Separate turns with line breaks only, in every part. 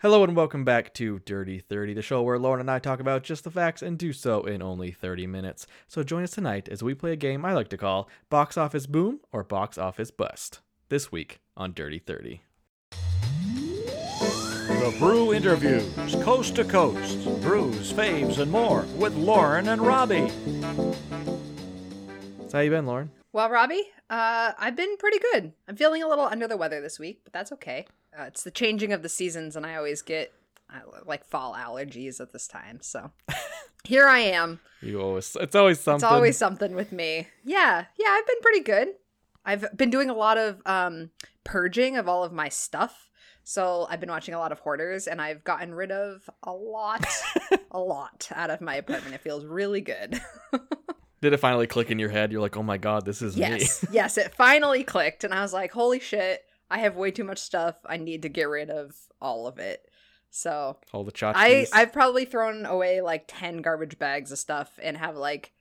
Hello and welcome back to Dirty 30, the show where Lauren and I talk about just the facts and do so in only 30 minutes. So join us tonight as we play a game I like to call Box Office Boom or Box Office Bust. This week on Dirty 30.
The Brew Interviews, coast to coast, brews, faves, and more with Lauren and Robbie.
So how you been, Lauren?
Well, Robbie, uh, I've been pretty good. I'm feeling a little under the weather this week, but that's okay. Uh, it's the changing of the seasons, and I always get uh, like fall allergies at this time. So here I am.
You always it's always something.
It's always something with me. Yeah, yeah, I've been pretty good. I've been doing a lot of um, purging of all of my stuff. So I've been watching a lot of hoarders, and I've gotten rid of a lot, a lot out of my apartment. It feels really good.
Did it finally click in your head? You're like, oh my god, this is me.
Yes, yes, it finally clicked, and I was like, "Holy shit! I have way too much stuff. I need to get rid of all of it." So
All the tchotchkes.
I I've probably thrown away like ten garbage bags of stuff, and have like,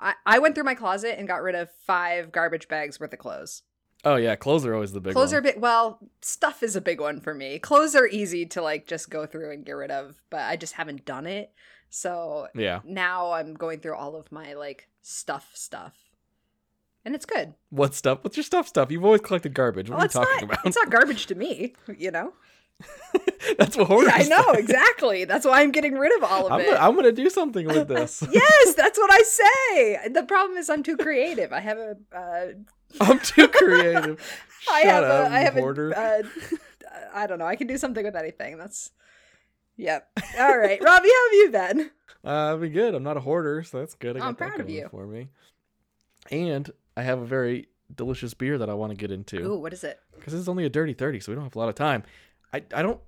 I I went through my closet and got rid of five garbage bags worth of clothes.
oh yeah, clothes are always the big
clothes are
one.
big. Well, stuff is a big one for me. Clothes are easy to like just go through and get rid of, but I just haven't done it. So
yeah.
now I'm going through all of my like stuff stuff, and it's good.
What stuff? What's your stuff stuff? You've always collected garbage. What
Well,
are you
it's
talking
not,
about?
It's not garbage to me, you know?
That's what hoarders
I know,
do.
exactly. That's why I'm getting rid of all of
I'm
it.
gonna, I'm gonna do something with this.
yes, that's what I say. The problem is I'm too creative. I have a, uh,
I'm too creative. Shut
I have
up,
a, I have
hoarder.
a, uh, I don't know. I can do something with anything. That's, yep. All right, Robbie, how have you been?
Uh, I've been good. I'm not a hoarder, so that's good. I
Oh,
got
I'm
that
proud of
going
you.
for me. And I have a very delicious beer that I want to get
Ooh,
into
what is it?
because this is only a dirty thirty, so we don't have a lot of time. I I don't.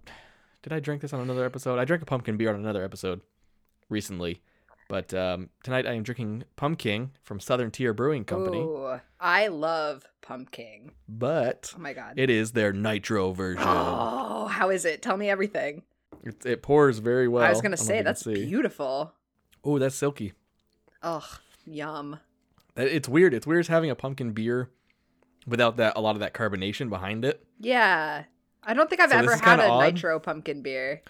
Did I drink this on another episode? I drank a pumpkin beer on another episode recently, but um, tonight I am drinking pumpkin from Southern Tier Brewing Company.
Ooh, I love pumpkin.
But
Oh my god.
it is their nitro version.
oh, how is it? Tell me everything.
It, it pours very well.
I was gonna
don't know if
say
you can
that's
see.
beautiful.
Oh, that's silky.
Ugh, yum.
That- It's weird. It's weird having a pumpkin beer without that a lot of that carbonation behind it.
Yeah. I don't think I've
So this
ever
is
had
kinda
a
odd.
nitro pumpkin beer.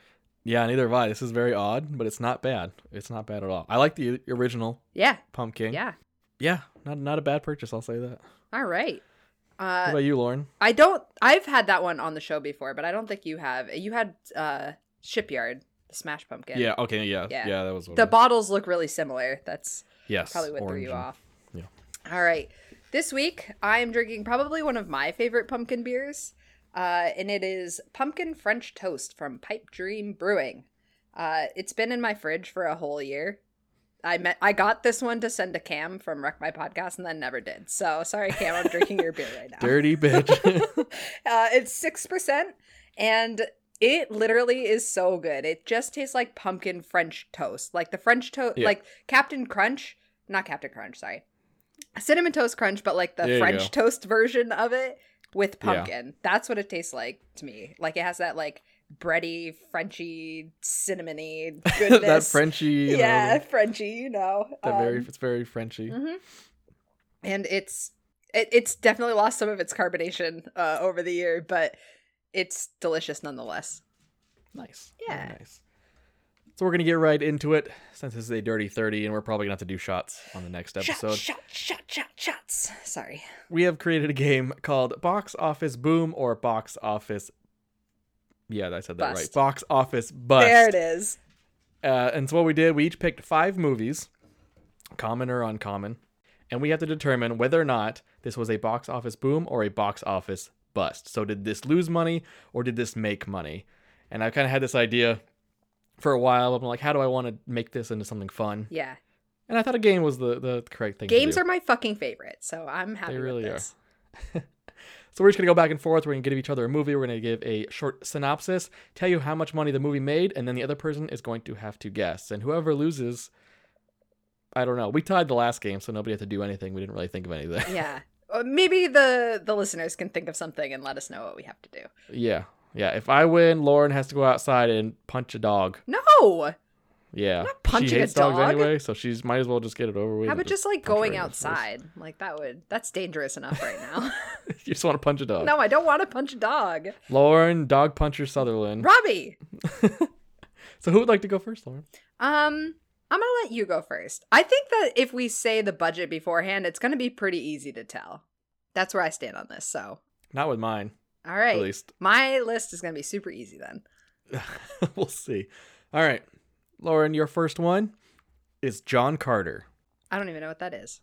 Yeah, neither have I. This is very odd, but it's not bad. It's not bad at all. I like the original
Yeah.
pumpkin.
Yeah.
Yeah, not not a bad purchase, I'll say that.
All right.
what
Uh
about you, Lauren?
I don't I've had that one on the show before, but I don't think you have. You had uh Shipyard, the smash
Yeah,
pumpkin.
okay, yeah, yeah.
Yeah.
that was what
The
it was.
bottles look really similar. That's
Yes.
probably what threw
orange
you
and-
off.
yeah.
All right. This week I am drinking probably one of my favorite pumpkin beers. Uh, and it is pumpkin French toast from Pipe Dream Brewing. Uh, it's been in my fridge for a whole year. I met I got this one to send to Cam from Wreck My Podcast and then never did. So sorry, Cam, I'm drinking your beer right now.
Dirty bitch.
uh, it's six percent, and it literally is so good. It just tastes like pumpkin French toast, like the French toast,
Yeah.
like Captain Crunch, not Captain Crunch, sorry, cinnamon toast crunch, but like the
There you
French toast version of it with
Yeah.
pumpkin. That's what it tastes like to me. Like it has that like bready, Frenchy, cinnamony goodness.
that Frenchy. you know,
yeah,
that-
Frenchy, you know.
that very
um,
it's very Frenchy.
Mhm. And it's it, it's definitely lost some of its carbonation uh, over the year, but it's delicious nonetheless.
Nice. very
Yeah.
nice. So we're gonna get right into it since this is a dirty thirty, and we're probably gonna have to do shots on the next episode.
Shots, shots, shots, shots, shots. Sorry.
we have created a game called Box Office Boom or Box Office. Yeah, I said that right.
Bust.
Box Office Bust.
There it is.
Uh, and so what we did, we each picked five movies, common or uncommon, and we have to determine whether or not this was a box office boom or a box office bust. So did this lose money or did this make money? And I kind of had this idea for a while. I'm like, how do I want to make this into something fun?
Yeah.
And I thought a game was the, the correct thing.
Games
to do.
are my fucking favorite, so I'm happy
They really
with
are.
this.
So we're just gonna go back and forth. We're gonna give each other a movie. We're gonna give a short synopsis, tell you how much money the movie made, and then the other person is going to have to guess. And whoever loses, I don't know. We tied the last game, so nobody had to do anything. We didn't really think of anything.
Yeah. Uh, Maybe the the listeners can think of something and let us know what we have to do.
yeah, yeah. If I win, Lauren has to go outside and punch a dog.
No.
Yeah,
not punching
she
a
hates dogs
dog.
anyway, so she's might as well just get it over with.
How
and
about just like
punch her
going
in the face.
outside? Like that would that's dangerous enough right now.
you just want to punch a dog?
no, I don't want to punch a dog.
Lauren, dog puncher Sutherland.
Robbie,
So who would like to go first, Lauren?
Um, I'm gonna let you go first. I think that if we say the budget beforehand, it's gonna be pretty easy to tell. That's where I stand on this. So,
Not with mine,
all right,
at least.
my list is gonna be super easy then.
we'll see. All right, Lauren, your first one is John Carter.
I don't even know what that is.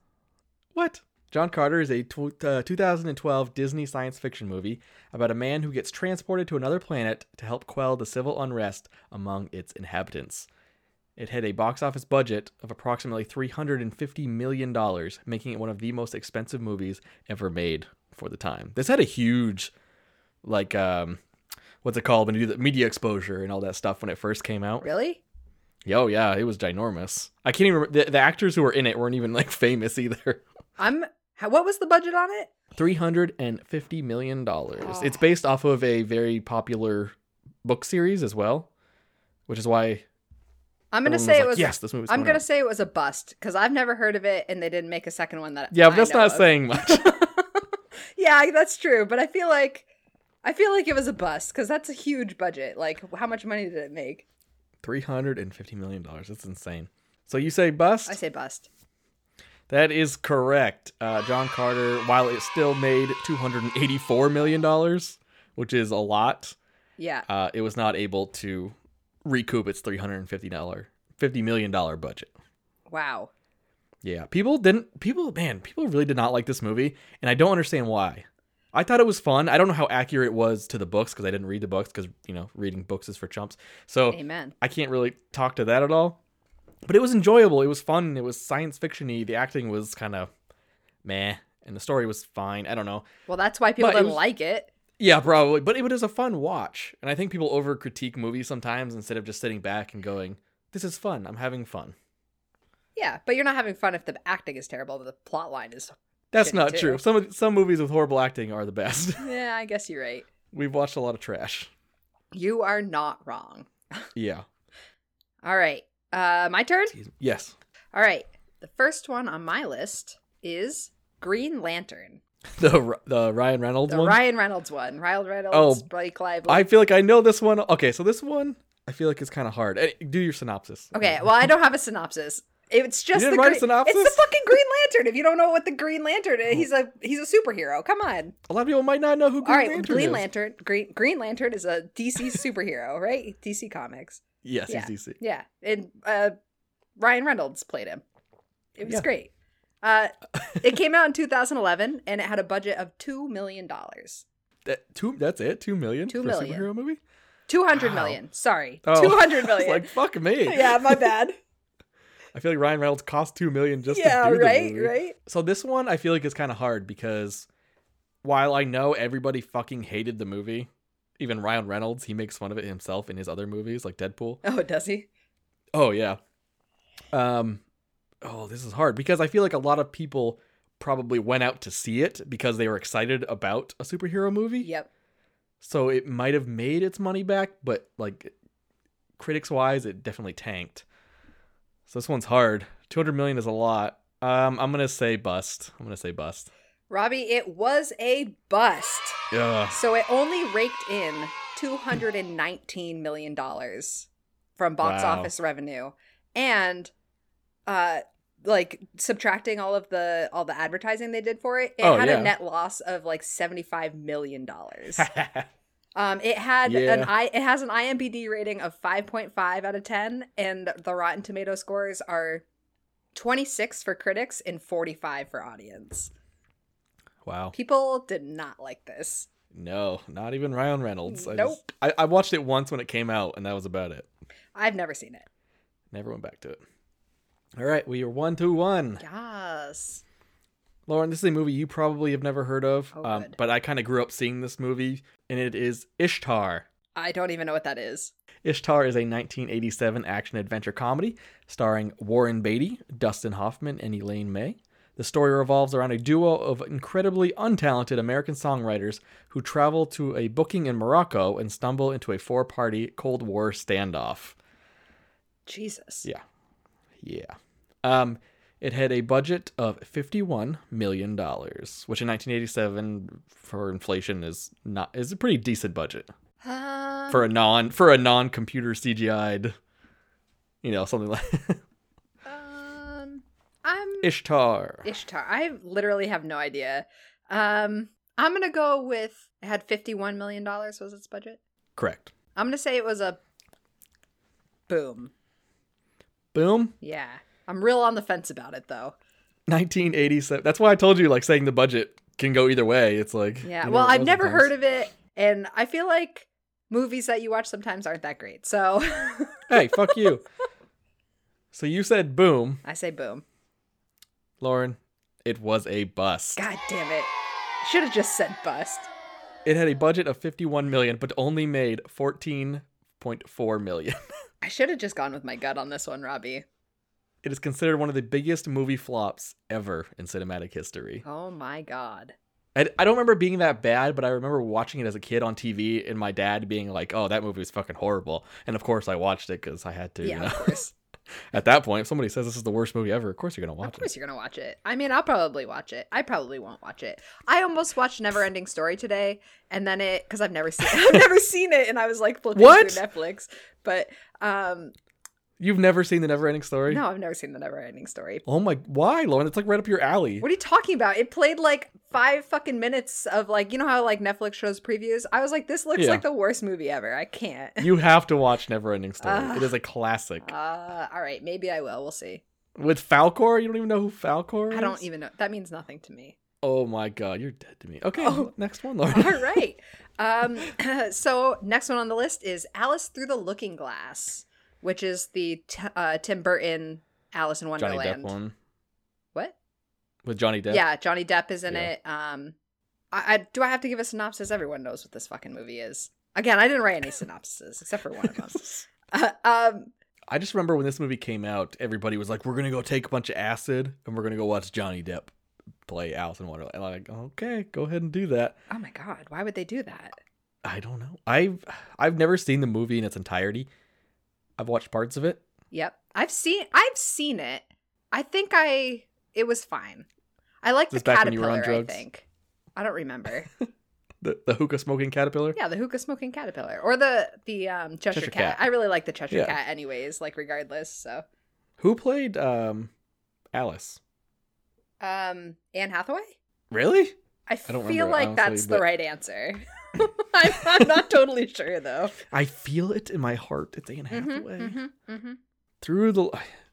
What? John Carter is a tw- uh, 2012 Disney science fiction movie about a man who gets transported to another planet to help quell the civil unrest among its inhabitants. It had a box office budget of approximately $350 million, making it one of the most expensive movies ever made for the time. This had a huge, like, um, what's it called when you do the media exposure and all that stuff when it first came out.
Really?
Oh, yeah, it was ginormous. I can't even remember. The, the actors who were in it weren't even, like, famous either.
I'm. How, what was the budget on it?
Three hundred and fifty million dollars. It's based off of a very popular book series as well, which is why
I'm gonna
everyone
say
like,
it was.
yes. This movie's.
I'm
coming
gonna
out."
say it was a bust because I've never heard of it, and they didn't make a second one that.
Yeah,
I
but that's
know
not
of.
saying much.
Yeah, that's true. But I feel like, I feel like it was a bust because that's a huge budget. Like, how much money did it make?
Three hundred and fifty million dollars. That's insane. So you say bust?
I say bust.
that is correct. Uh, John Carter, while it still made two hundred and eighty-four million dollars, which is a lot,
Yeah.
uh, it was not able to recoup its three hundred and fifty dollar, fifty million dollar budget.
Wow.
Yeah, people didn't. People, man, people really did not like this movie, and I don't understand why. I thought it was fun. I don't know how accurate it was to the books because I didn't read the books because you know reading books is for chumps. So
Amen.
I can't really talk to that at all. But it was enjoyable. It was fun. It was science fictiony. The acting was kind of meh, and the story was fine. I don't know.
Well, that's why people
But it
didn't
was-
like it.
Yeah, probably. But it was a fun watch, and I think people over critique movies sometimes instead of just sitting back and going, "This is fun. I'm having fun."
Yeah, but you're not having fun if the acting is terrible. The plot line is.
That's
Shitty
not
too.
true. Some of- some movies with horrible acting are the best.
Yeah, I guess you're right.
We've watched a lot of trash.
You are not wrong.
Yeah.
All right. Uh, my turn.
Yes.
All right. The first one on my list is Green Lantern,
The R- the Ryan Reynolds
the
one.
Ryan Reynolds one. Ryan Reynolds,
Oh,
Blake Lively.
I feel like I know this one. Okay, so this one I feel like it's kind of hard. Eh, Do your synopsis.
Okay, well, I don't have a synopsis. It's just
didn't
the
write a
green-
synopsis?
It's the fucking Green Lantern. If you don't know what the Green Lantern is, he's a he's a superhero. Come on.
A lot of people might not know who Green
All right,
Lantern
Green
is.
Lantern. Green Green Lantern is a DC superhero, right? DC Comics.
Yes,
Yeah.
he's DC.
Yeah, and uh, Ryan Reynolds played him. It was
Yeah.
great. Uh, it came out in 2011, and it had a budget of two million dollars.
That, two, that's it. Two million.
Two
for a
million.
superhero movie.
Two hundred
Wow.
million. Sorry,
Oh.
two hundred
It's
million.
like fuck me.
yeah, my bad.
I feel like Ryan Reynolds cost two million just
yeah,
to do the
right,
movie.
right.
So this one I feel like is kind of hard because while I know everybody fucking hated the movie, even Ryan Reynolds, he makes fun of it himself in his other movies like Deadpool.
Oh, does he?
Oh yeah. Um oh, this is hard because I feel like a lot of people probably went out to see it because they were excited about a superhero movie.
Yep.
So it might have made its money back, but like critics wise, it definitely tanked. So this one's hard. 200 million is a lot. Um I'm going to say bust. I'm going to say bust.
Robbie, it was a bust.
Yeah.
So it only raked in $219 million from box
Wow.
office revenue. And uh like subtracting all of the all the advertising they did for it, it
Oh,
had
yeah.
a net loss of like $75 million. um it had an
Yeah.
I it has an IMDb rating of 5.5 out of 10 and the Rotten Tomato scores are 26 for critics and 45 for audience.
wow.
People did not like this.
No, not even Ryan Reynolds. I
Nope.
just- I, I watched it once when it came out, and that was about it.
I've never seen it.
Never went back to it. All right, we are one to one.
Yes.
Lauren, this is a movie you probably have never heard of,
Oh,
um,
good.
but I kind of grew up seeing this movie, and it is Ishtar.
I don't even know what that is.
Ishtar is a 1987 action adventure comedy starring Warren Beatty, Dustin Hoffman, and Elaine May. The story revolves around a duo of incredibly untalented American songwriters who travel to a booking in Morocco and stumble into a four party Cold War standoff.
Jesus.
Yeah. Yeah. Um, it had a budget of $51 million, which in 1987 for inflation is not is a pretty decent budget.
Uh,
for a non for a non computer CGI'd, you know, something like
um, I'm
Ishtar.
Ishtar. I literally have no idea. Um, I'm gonna go with. It had 51 million dollars was its budget.
Correct.
I'm gonna say it was a boom.
Boom.
Yeah, I'm real on the fence about it though.
1987. That's why I told you like saying the budget can go either way. It's like you
Yeah.
know,
well,
it
I've
goes
never
sometimes.
heard of it, and I feel like movies that you watch sometimes aren't that great. So
Hey, fuck you. So you said boom,
I say boom.
Lauren. It was a bust.
God damn it! Should have just said bust.
It had a budget of 51 million, but only made 14.4 million.
I should have just gone with my gut on this one, Robbie.
It is considered one of the biggest movie flops ever in cinematic history.
Oh my god.
I, I don't remember being that bad, but I remember watching it as a kid on TV and my dad being like, oh, that movie was fucking horrible. And of course, I watched it because I had to. you
yeah,
know?
of course.
At that point, if somebody says this is the worst movie ever, of course you're going to
Of
watch
course
it.
you're gonna watch it. I mean, I'll probably watch it. I probably won't watch it. I almost watched Never Ending Story today, and then it because I've never seen I've never seen it, and I was like flipping
What?
through Netflix. But um,
You've never seen The Neverending Story?
no, I've never seen the Never Ending Story.
Oh my, why, Lauren? It's like right up your alley.
What are you talking about? It played like five fucking minutes of like you know how like Netflix shows previews. I was like, this looks
Yeah.
like the worst movie ever. I can't.
You have to watch Neverending Story.
Ugh.
it is a classic.
Uh, all right, maybe I will. We'll see.
With Falcor? You don't even know who Falcor is?
I don't even know. That means nothing to me.
Oh my god, you're dead to me. Okay,
Oh.
next one,
All
Lauren.
right. Um, so next one on the list is Alice Through the Looking Glass, which is the t- uh, Tim Burton Alice in
Johnny
Wonderland.
Depp one.
What?
With Johnny Depp?
Yeah, Johnny Depp is in
Yeah.
it. Um, I, I do I have to give a synopsis? Everyone knows what this fucking movie is. Again, I didn't write any synopses except for one of them. Uh, um,
I just remember when this movie came out, everybody was like, "We're gonna go take a bunch of acid and we're gonna go watch Johnny Depp play Alice in Wonderland." And I'm like, okay, go ahead and do that.
oh my god, why would they do that?
I don't know. I've I've never seen the movie in its entirety. I've watched parts of it.
Yep, I've seen I've seen it. I think I it was fine. I like the
This back when you were on
caterpillar. I
drugs?
think I don't remember.
The the hookah smoking caterpillar.
Yeah, the hookah smoking caterpillar or the the um, Cheshire,
Cheshire Cat.
cat. I really like the Cheshire
Yeah.
cat, anyways. Like regardless, so
Who played um Alice?
um, Anne Hathaway.
Really?
I,
don't remember,
feel like
honestly,
that's the
but-
right answer. I'm, I'm not totally sure though.
I feel it in my heart. It's Anne Hathaway.
Mhm, mhm,
through the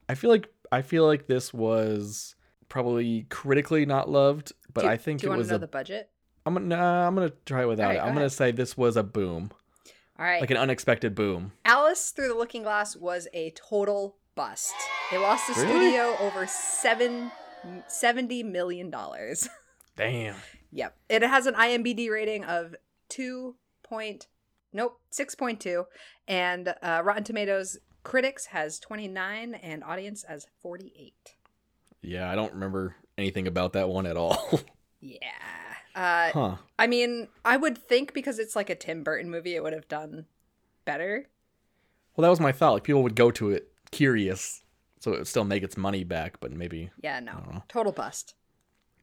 I feel like I feel like this was probably critically not loved, but
Do-
I think it
do you want
was
to know
a
the budget?
am gonna nah, I'm going to try without
Alright,
it.
go
I'm going
ahead.
to say this was a boom,
All right,
like an unexpected boom.
Alice Through the Looking Glass was a total bust. It lost the
Really?
studio over seven seventy million dollars.
Damn.
Yep. It has an IMBD rating of 2. Point, nope, 6.2 and uh, Rotten Tomatoes critics has 29 and audience as 48.
Yeah, I don't remember anything about that one at all.
Yeah. Uh,
huh.
I mean, I would think because it's like a Tim Burton movie it would have done better.
Well, that was my thought. Like people would go to it curious, so it would still make its money back, but maybe
Yeah,
don't
no.
know.
Total bust.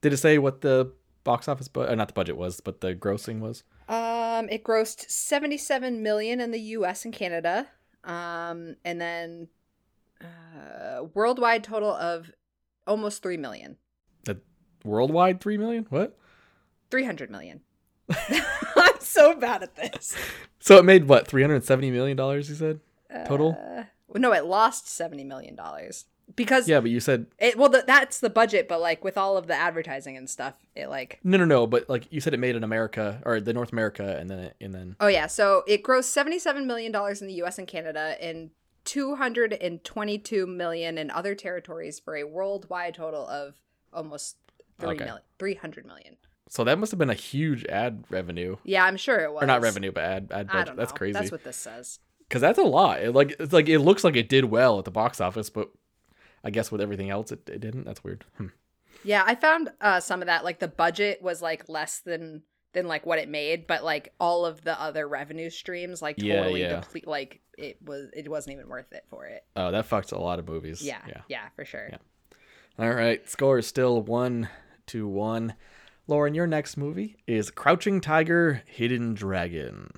Did it say what the box office bu- uh, not the budget was, but the grossing was?
Um, it grossed 77 million in the U.S. and Canada, um, and then uh, worldwide total of almost three million,
Worldwide 3 million? What?
300 million. I'm so bad at this.
So it made what? 370 million dollars you said? Total?
Uh, no, it lost 70 million dollars because
Yeah, but you said
it well th- that's the budget, but like with all of the advertising and stuff, it like
No, no, no. But like you said, it made in America or the North America, and then it, and then
Oh yeah, so it grossed seventy-seven million dollars in the U.S. and Canada, and two hundred and twenty-two million in other territories for a worldwide total of almost three
Okay.
mil- three hundred million.
so that must have been a huge ad revenue,
Yeah, I'm sure it was.
or not revenue, but ad ad
I
budget.
don't know.
That's crazy.
That's what this says.
Because that's a lot. It, like it's like it looks like it did well at the box office, but I guess with everything else, it, it didn't. That's weird. Hmm.
Yeah, I found uh, some of that. Like the budget was like less than than like what it made, but like all of the other revenue streams like
Yeah,
totally
yeah.
deplete. Like it was it wasn't even worth it for it.
Oh, that fucked a lot of movies.
Yeah, yeah,
Yeah.
for sure.
Yeah. All right. Score is still one to one. Lauren, your next movie is Crouching Tiger, Hidden Dragon.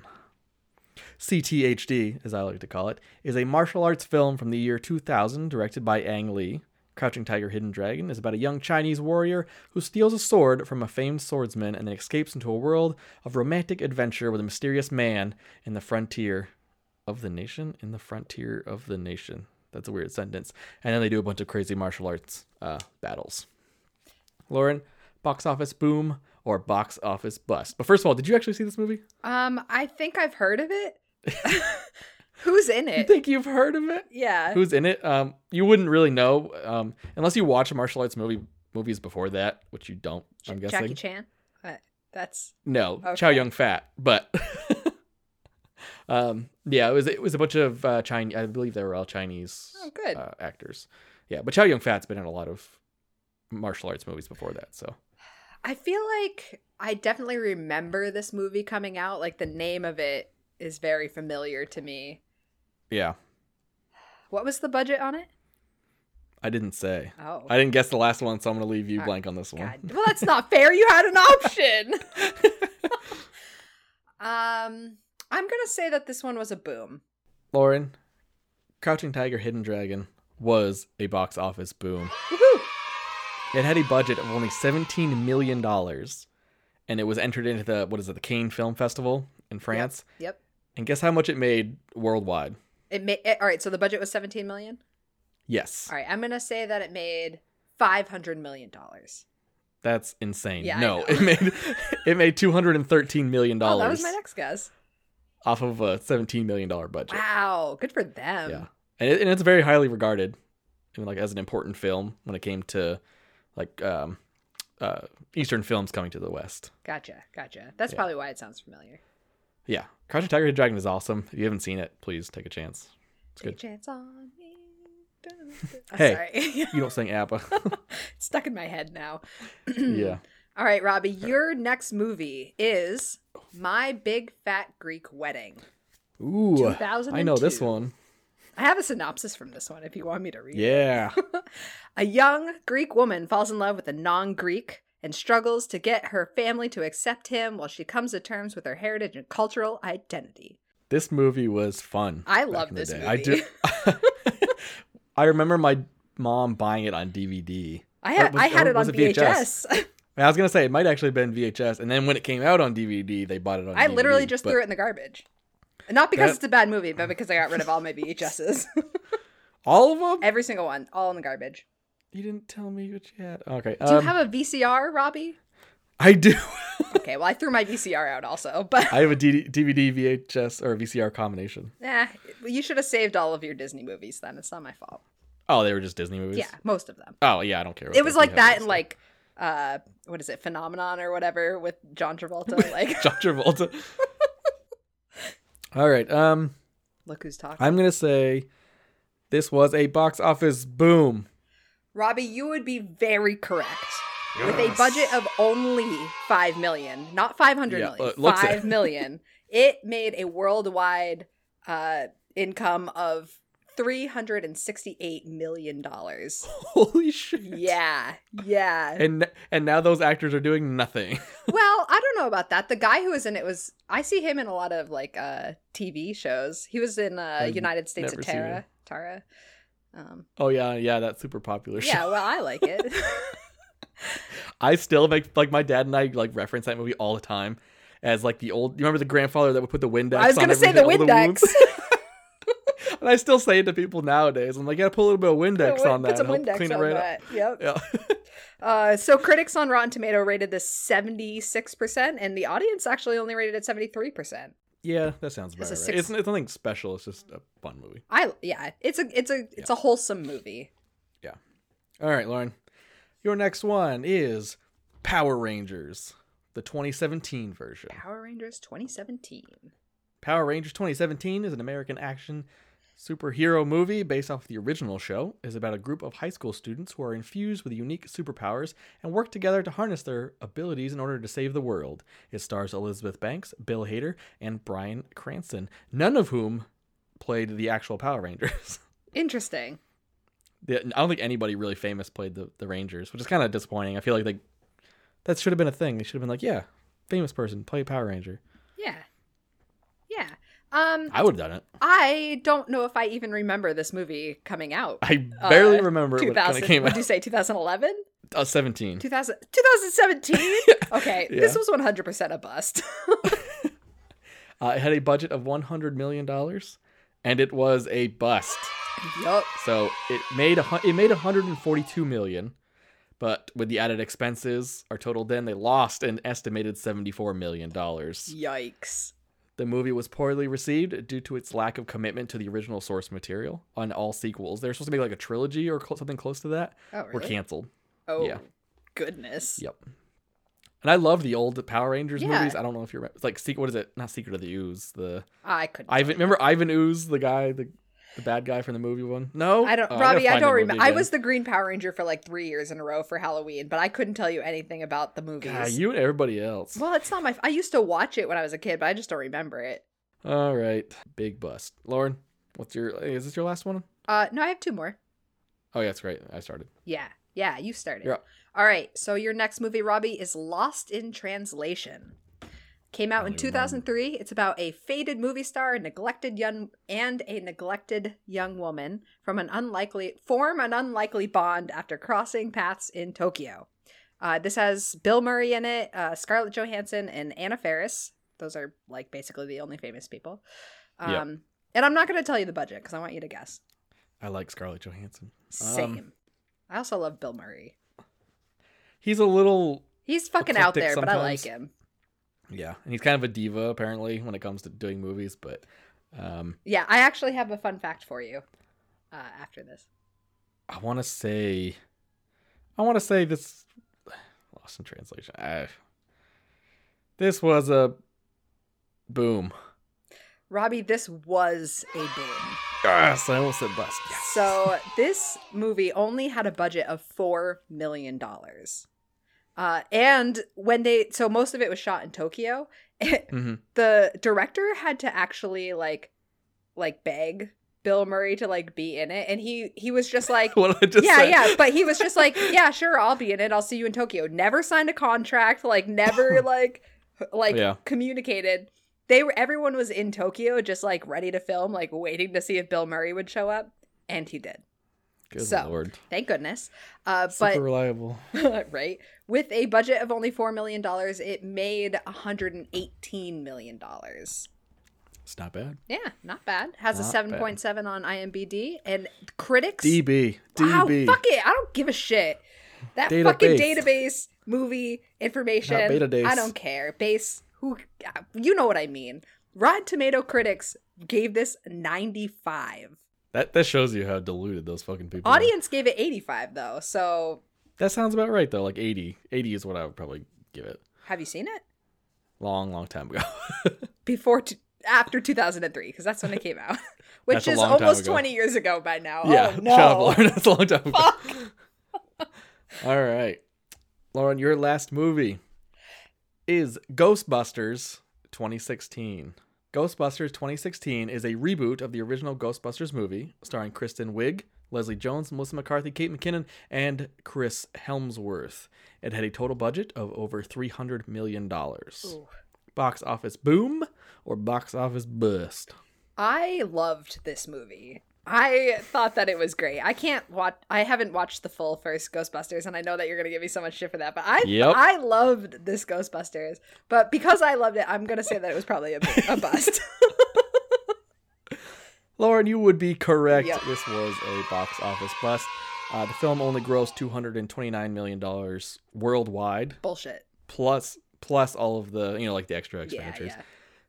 CTHD, as I like to call it, is a martial arts film from the year 2000 directed by Ang Lee. Crouching Tiger, Hidden Dragon is about a young Chinese warrior who steals a sword from a famed swordsman and then escapes into a world of romantic adventure with a mysterious man in the frontier of the nation. In the frontier of the nation. That's a weird sentence. And then they do a bunch of crazy martial arts uh, battles. Lauren, box office boom or box office bust? But first of all, did you actually see this movie?
Um, I think I've heard of it. Who's in
You
it?
think you've heard of it?
Yeah.
Who's in it? Um, you wouldn't really know um, unless you watch martial arts movie movies before that, which you don't. I'm guessing.
Jackie Chan. Uh, that's
No,
Okay.
Chow Young Fat, but um, yeah, it was it was a bunch of uh, Chinese. I believe they were all Chinese
Oh, good.
Uh, actors. Yeah, but Chow Young Fat's been in a lot of martial arts movies before that, so
I feel like I definitely remember this movie coming out. Like the name of it is very familiar to me.
yeah,
What was the budget on it?
I didn't say.
Oh.
I didn't guess the last one, so I'm gonna leave you
All
blank on this one.
Ah, God. Well, that's not fair. You had an option. um, I'm gonna say that this one was a boom.
Lauren, Crouching Tiger, Hidden Dragon was a box office boom.
Woohoo!
It had a budget of only seventeen million dollars, and it was entered into the what is it, the Cannes Film Festival in France.
Yep.
And guess how much it made worldwide?
It made all right. So the budget was 17 million.
Yes,
All right, I'm gonna say that it made 500 million dollars.
that's insane.
Yeah, I
no,
know.
it made it made two hundred and thirteen million
Oh, that
dollars
was my next guess.
off of a seventeen million dollar budget.
Wow, good for them.
Yeah, and, it, and it's very highly regarded, and like as an important film when it came to like um, uh, Eastern films coming to the West.
Gotcha, gotcha. That's
Yeah.
probably why it sounds familiar.
Yeah, Crouching Tiger, Hidden Dragon is awesome. If you haven't seen it, please take a chance. It's
Take a
good.
chance on me. Dun, dun. Oh,
Hey.
sorry.
You don't sing ABBA.
Stuck in my head now.
yeah.
All right, Robbie, your next movie is My Big Fat Greek Wedding.
Ooh. uh, I know this
2002.
one.
I have a synopsis from this one if you want me to read. it.
Yeah.
A young Greek woman falls in love with a non Greek and struggles to get her family to accept him while she comes to terms with her heritage and cultural identity.
this movie was fun.
I
back
love
in the
this
day.
movie.
I do. I remember my mom buying it on DVD.
I
Or
had,
was-
I had
or
it on
was it
VHS.
VHS? I was gonna say it might actually have been VHS, and then when it came out on DVD, they bought it on.
I literally
DVD,
just
but
threw it in the garbage. Not because
That-
it's a bad movie, but because I got rid of all my VHSs.
All of them.
Every single one, all in the garbage.
You didn't tell me what you had. Okay.
Do you
um,
have a VCR, Robbie?
I do.
Okay, well, I threw my VCR out also, but
I have a D- DVD, VHS, or VCR combination.
eh, you should have saved all of your Disney movies then. It's not my fault.
Oh, they were just Disney movies.
Yeah, most of them.
Oh yeah, I don't care. what
it was
Disney
like
has
that
this
and
stuff.
like uh what is it phenomenon or whatever with john travolta like
John Travolta. All right. Um,
look who's talking
I'm gonna say this was a box office boom.
robbie you would be very correct with a budget of only 5 million not five hundred
Yeah,
million,
uh, it looks it.
5 million it made a worldwide uh income of 368 million dollars
Holy shit.
yeah yeah
And and now those actors are doing nothing.
Well, I don't know about that. The guy who was in it was I see him in a lot of like uh TV shows. He was in uh
I've
United States of
never seen
Tara.
him.
Tara. Um
Oh yeah, yeah, that's super popular. Yeah.
Yeah, well, I like it.
I still make like my dad and I like reference that movie all the time as like the old. You remember the grandfather that would put the Windex?
I was
on
going to say the
everything, all
Windex.
wounds? and I still say it to people nowadays. I'm like, yeah, put a little bit of Windex
Put
on that.
some
help
Windex
clean it
on
right up.
that. Yep.
Yeah.
Uh, so critics on Rotten Tomato rated this 76% and the audience actually only rated it 73%.
yeah, that sounds about
It's a
right.
six-
It's, it's nothing special. It's just a fun movie.
I yeah, it's a it's a it's a wholesome movie.
All right, Lauren. Your next one is Power Rangers, the 2017 version.
Power Rangers 2017.
Power Rangers 2017 is an American action superhero movie based off the original show. It is about a group of high school students who are infused with unique superpowers and work together to harness their abilities in order to save the world. It stars Elizabeth Banks, Bill Hader, and Brian Cranston, none of whom played the actual Power Rangers.
Interesting.
The- I don't think anybody really famous played the, the Rangers, which is kind of disappointing. I feel like they, that should have been a thing. They should have been like, yeah, famous person play Power Ranger.
Yeah. Yeah. Um,
I would have done it.
I don't know if I even remember this movie coming out.
I barely
Uh,
remember it when it
2000
kinda came
What'd
out.
you say? 2011?
Uh, 17.
2000, 2017? okay, this
Yeah.
was 100% a bust.
Uh, it had a budget of $100 million, and it was a bust.
yup.
So it made a, hun- it made 142 million, but with the added expenses, our total then they lost an estimated 74 million dollars.
Yikes.
The movie was poorly received due to its lack of commitment to the original source material on all sequels. They're supposed to make like a trilogy or cl- something close to that.
Oh,
Were
really?
canceled.
oh,
yeah.
goodness.
Yep. And I love the old Power Rangers
Yeah.
movies. I don't know if you remember, it's like secret. What is it? Not Secret of the Ooze. The
I couldn't.
Ivan. Remember Ivan Ooze, the guy, the the bad guy from the movie one. No,
I don't,
Oh, gotta
Robbie. I
find the
don't
movie
remember. I
again.
was the Green Power Ranger for like three years in a row for Halloween, but I couldn't tell you anything about the movies.
God, you and everybody else.
Well, it's not my. F- I used to watch it when I was a kid, but I just don't remember it.
All right, big bust. Lauren, what's your? Is this your last one?
Uh, no, I have two more.
Oh, yeah, that's great. I started.
Yeah, yeah, you started.
You're up.
All right. So your next movie, Robbie, is Lost in Translation. Came out in
Only one.
2003. It's about a faded movie star, a neglected young and a neglected young woman from an unlikely form an unlikely bond after crossing paths in Tokyo. Uh, this has Bill Murray in it, uh, Scarlett Johansson, and Anna Faris. Those are like basically the only famous people. Um,
Yeah.
And I'm not going to tell you the budget because I want you to guess.
I like Scarlett Johansson.
Same. I also love Bill Murray.
He's a little
He's fucking out there,
eclectic
but I like
sometimes.
him.
yeah, and he's kind of a diva apparently when it comes to doing movies. But um,
Yeah, I actually have a fun fact for you uh, after this.
I want to say, I want to say this lost in translation. I, this was a boom.
Robbie, this was a boom.
Yes, I almost said bust. Yes.
So this movie only had a budget of four million dollars. Uh, and when they so most of it was shot in Tokyo.
Mhm.
Mm-hmm. The director had to actually like like beg Bill Murray to like be in it. And he he was just like
what did I just
yeah,
say?
yeah, but he was just like, yeah, sure, I'll be in it. I'll see you in Tokyo. Never signed a contract, like never like like
Yeah.
communicated. They were everyone was in Tokyo just like ready to film, like waiting to see if Bill Murray would show up, and he did.
Good
So,
lord,
Thank goodness. Uh
super
but
reliable.
right, with a budget of only 4 million dollars, it made 118 million dollars.
It's not bad.
Yeah, not bad. Has
Not
a 7.7 on IMDb and critics
DB,
Wow,
DB.
fuck it. I don't give a shit. That
Database.
fucking database, movie, information.
Not betadase.
I don't care. Base, who, you know what I mean. Rotten Tomato critics gave this 95.
That that shows you how deluded those fucking people. are.
Audience gave it 85, though. So
That sounds about right though. Like 80. 80 is what I would probably give it.
have you seen it?
Long, long time ago.
Before, t- after 2003, because that's when it came out, which
That's a
is
long time
almost
ago.
20 years ago by now.
yeah.
oh,
Shut up,
no.
Lauren. That's a long time ago.
Fuck.
All right. Lauren, your last movie is Ghostbusters 2016. Ghostbusters 2016 is a reboot of the original Ghostbusters movie starring Kristen Wiig, Leslie Jones, Melissa McCarthy, Kate McKinnon, and Chris Helmsworth. It had a total budget of over $300 million.
Ooh.
Box office boom or box office bust?
I loved this movie. I thought that it was great. I can't watch. I haven't watched the full first Ghostbusters, and I know that you're gonna give me so much shit for that. But I,
Yep.
I loved this Ghostbusters. But because I loved it, I'm gonna say that it was probably a, a bust.
Lauren, you would be correct.
Yep.
This was a box office bust. Uh, the film only grossed two hundred and twenty nine million dollars worldwide,
Bullshit.
plus plus all of the you know like the extra
Yeah,
expenditures,
yeah.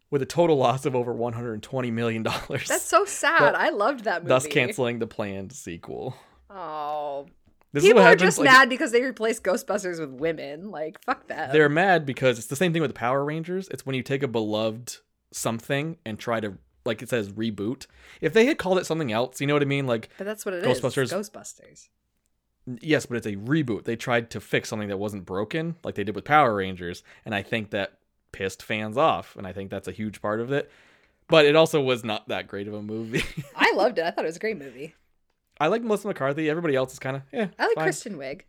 with a total loss of over one hundred and twenty million dollars.
That's so sad.
But
I loved that movie.
thus canceling the planned sequel.
Oh,
This
people
is what
are
happens.
just
like,
mad because they replaced Ghostbusters with women. Like fuck that.
They're mad because it's the same thing with the Power Rangers. It's when you take a beloved something and try to like it says reboot. If they had called it something else, you know what I mean? Like
but that's what it is. It's
Ghostbusters-
Ghostbusters.
Yes, but it's a reboot. They tried to fix something that wasn't broken, like they did with Power Rangers, and I think that pissed fans off, and I think that's a huge part of it. But it also was not that great of a movie.
I loved it. I thought it was a great movie.
I like Melissa McCarthy. Everybody else is kind of yeah.
I like
fine.
Kristen Wiig.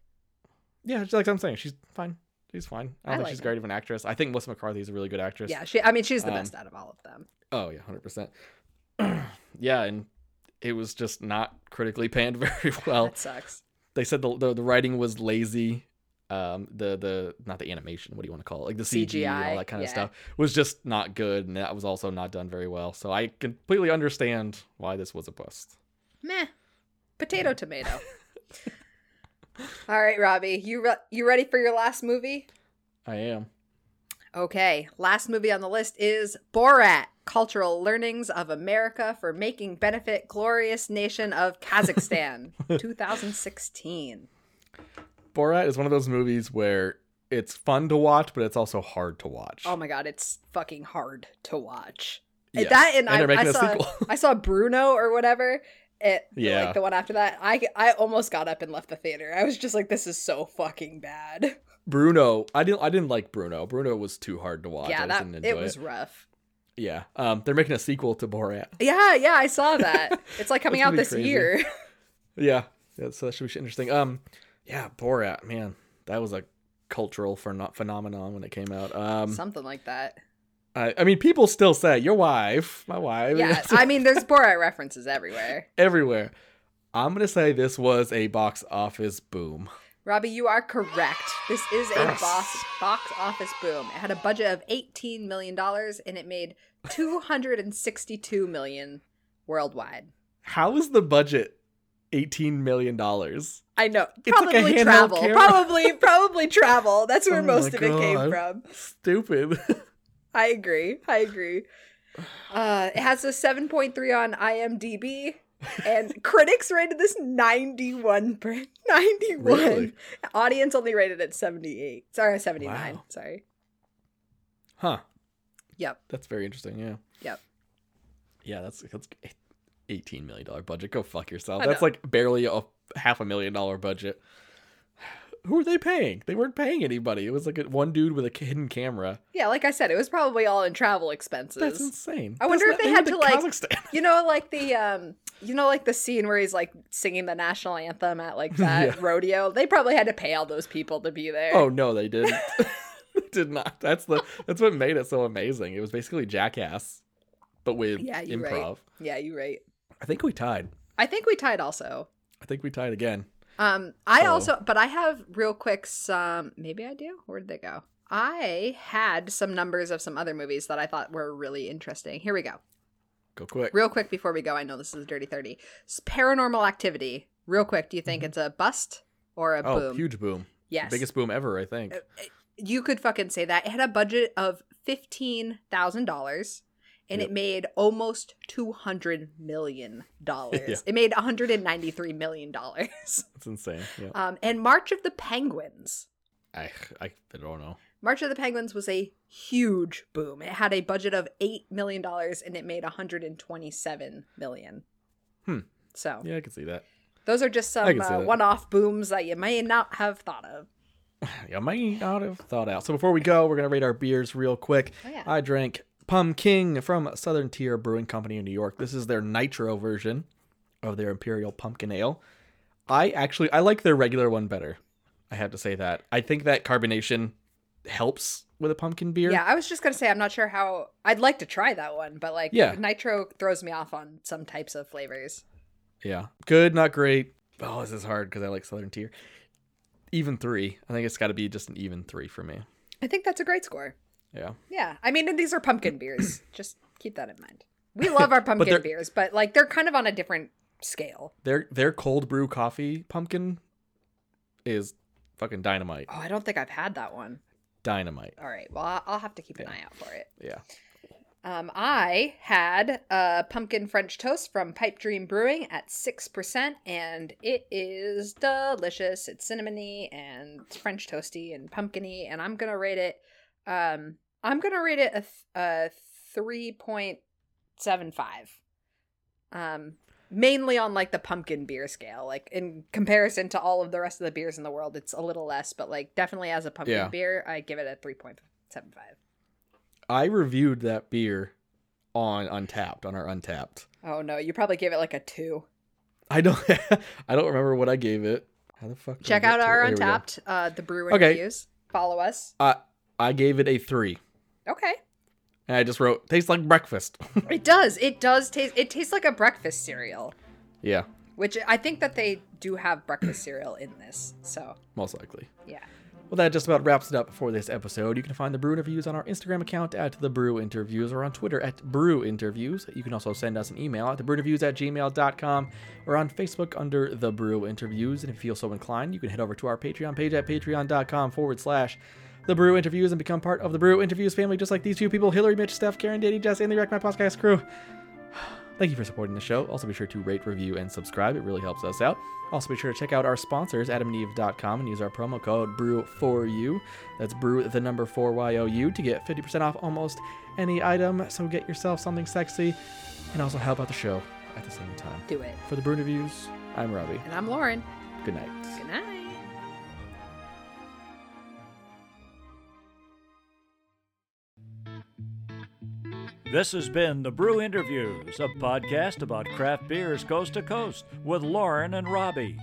Yeah, just like I'm saying, she's fine. She's fine. I
I
don't think
like
she's
her.
great of an actress. I think Melissa McCarthy is a really good actress.
Yeah, she. I mean, she's the
Um,
best out of all of them.
Oh yeah, hundred percent. Yeah, and it was just not critically panned very well.
that sucks.
They said the the, the writing was lazy. Um, the the not the animation. What do you want to call it? Like the CG and all
CGI,
that kind
yeah.
of stuff was just not good, and that was also not done very well. So I completely understand why this was a bust.
Meh. Potato tomato. All right, Robbie, you re- you ready for your last movie?
I am.
Okay, last movie on the list is Borat: Cultural Learnings of America for Making Benefit Glorious Nation of Kazakhstan, 2016.
Borat is one of those movies where it's fun to watch, but it's also hard to watch.
Oh my god, it's fucking hard to watch.
Yes.
That and,
they're
I, I
making a
saw
sequel.
I saw Bruno or whatever. It,
Yeah.
like the one after that. I I almost got up and left the theater. I was just like, this is so fucking bad.
Bruno, I didn't. I didn't like Bruno. Bruno was too hard to watch.
yeah,
I
that
didn't enjoy
it was rough.
Yeah. Um, they're making a sequel to Borat.
Yeah, yeah, I saw that. It's like coming
That's
out
gonna be
this
crazy.
year.
Yeah. yeah so that should be interesting. Um, yeah, Borat, man, that was a cultural phen- phenomenon when it came out. Um,
Something like that.
I, I mean, people still say your wife, my wife,
yeah, I mean, there's Borat references everywhere.
everywhere. I'm gonna say this was a box office boom.
Robbie, you are correct. This is a
Yes.
box box office boom. It had a budget of eighteen million dollars and it made two hundred and sixty-two million worldwide.
How is the budget? Eighteen million dollars.
I know.
It's like a
Probably
handheld
travel.
camera.
Probably, probably travel. That's where
Oh my
most of it came
God.
from.
Stupid.
I agree. I agree. Uh, it has a 7.3 on IMDb, and critics rated this 91. per- 91.
Really?
Audience only rated it 78. Sorry, 79.
Wow.
Sorry.
huh.
Yep.
That's very interesting. Yeah.
Yep.
Yeah, that's that's eighteen million dollar budget. Go fuck yourself.
I
That's
know.
like barely a half a million dollar budget. Who are they paying? They weren't paying anybody. It was like a, one dude with a hidden camera.
Yeah, like I said, it was probably all in travel expenses.
That's insane.
I wonder
That's
if they
not-
had
went
to, like-
Kazakhstan.
you know, like the um, you know, like the scene where he's like singing the national anthem at like that
Yeah.
rodeo. They probably had to pay all those people to be there.
Oh no, they didn't. they did not. That's the that's what made it so amazing. It was basically Jackass, but with
Yeah, you're right.
improv.
yeah, you're right.
I think we tied.
I think we tied also.
I think we tied again.
Um, I
So-
also, but I have real quick some. Maybe I do. Where did they go? I had some numbers of some other movies that I thought were really interesting. Here we go.
Go quick.
Real quick before we go, I know this is a dirty thirty. S- Paranormal Activity. Real quick, do you think it's a bust or a
Mm-hmm. oh,
boom?
huge boom.
yes, Uh,
Biggest boom ever, I think.
you could fucking say that. It had a budget of fifteen thousand dollars. And
Yep.
it made almost two hundred million dollars.
Yeah.
It made one hundred and ninety-three million dollars.
It's insane. Yeah.
Um, and March of the Penguins. uh,
I I don't know.
March of the Penguins was a huge boom. It had a budget of eight million dollars and it made 127 million.
Hmm.
So
Yeah, I can see that.
those are just
I
some
can see
uh,
that.
one-off booms that you may not have thought of.
I might not have thought out. So before we go, we're gonna rate our beers real quick.
Oh, yeah.
I drank Pum King from Southern Tier Brewing Company in New York. This is their nitro version of their Imperial Pumpkin Ale. I actually I like their regular one better. I have to say that. I think that carbonation helps with a pumpkin beer.
Yeah, I was just gonna say I'm not sure how. I'd like to try that one, but like
Yeah.
nitro throws me off on some types of flavors.
Yeah. Good, not great. Oh, this is hard because I like Southern Tier. Even three. I think it's got to be just an even three for me.
I think that's a great score.
Yeah.
Yeah, I mean, and these are pumpkin beers. Just keep that in mind. We love our pumpkin
they're-
beers, but like they're kind of on a different scale.
Their their cold brew coffee pumpkin is fucking dynamite.
Oh, I don't think I've had that one.
Dynamite.
All right. Well, I- I'll have to keep an eye out for it.
Yeah.
Um, I had a pumpkin French toast from Pipe Dream Brewing at 6%, and it is delicious. It's cinnamony and it's French toasty and pumpkiny, and I'm going to rate it um I'm going to rate it a, th- a 3.75. Um mainly on like the pumpkin beer scale. Like in comparison to all of the rest of the beers in the world, it's a little less, but like definitely as a pumpkin
Yeah.
beer, I give it a 3.75.
I reviewed that beer on Untapped, on our Untapped.
Oh no, you probably gave it like a two.
I don't I don't remember what I gave it. How the fuck? did I
Check
get
out
to
our
it? There we go.
Untapped, uh, the brew
Okay.
reviews. Follow us.
I I gave it a three.
Okay.
And I just wrote, tastes like breakfast.
It does. It does taste. It tastes like a breakfast cereal,
yeah,
which I think that they do have breakfast cereal in this. So
most likely.
yeah.
Well, that just about wraps it up for this episode. You can find the Brew Interviews on our Instagram account at The Brew Interviews or on Twitter at Brew Interviews. You can also send us an email at TheBrewInterviews at gmail.com or on Facebook under The Brew Interviews. And if you feel so inclined, you can head over to our Patreon page at patreon.com forward slash The Brew Interviews and become part of The Brew Interviews family, just like these two people Hillary, Mitch, Steph, Karen, Danny, Jess, and the Wreck My Podcast crew. Thank you for supporting the show. Also, be sure to rate, review, and subscribe. It really helps us out. Also, be sure to check out our sponsors, adamandeve.com, and use our promo code BREW4U. That's brew the number 4YOU to get 50% off almost any item. So, get yourself something sexy and also help out the show at the same time.
Do it.
For the Brew Reviews, I'm Robbie.
And I'm Lauren.
Good night.
Good night.
This has been The Brew Interviews, a podcast about craft beers coast to coast with Lauren and Robbie.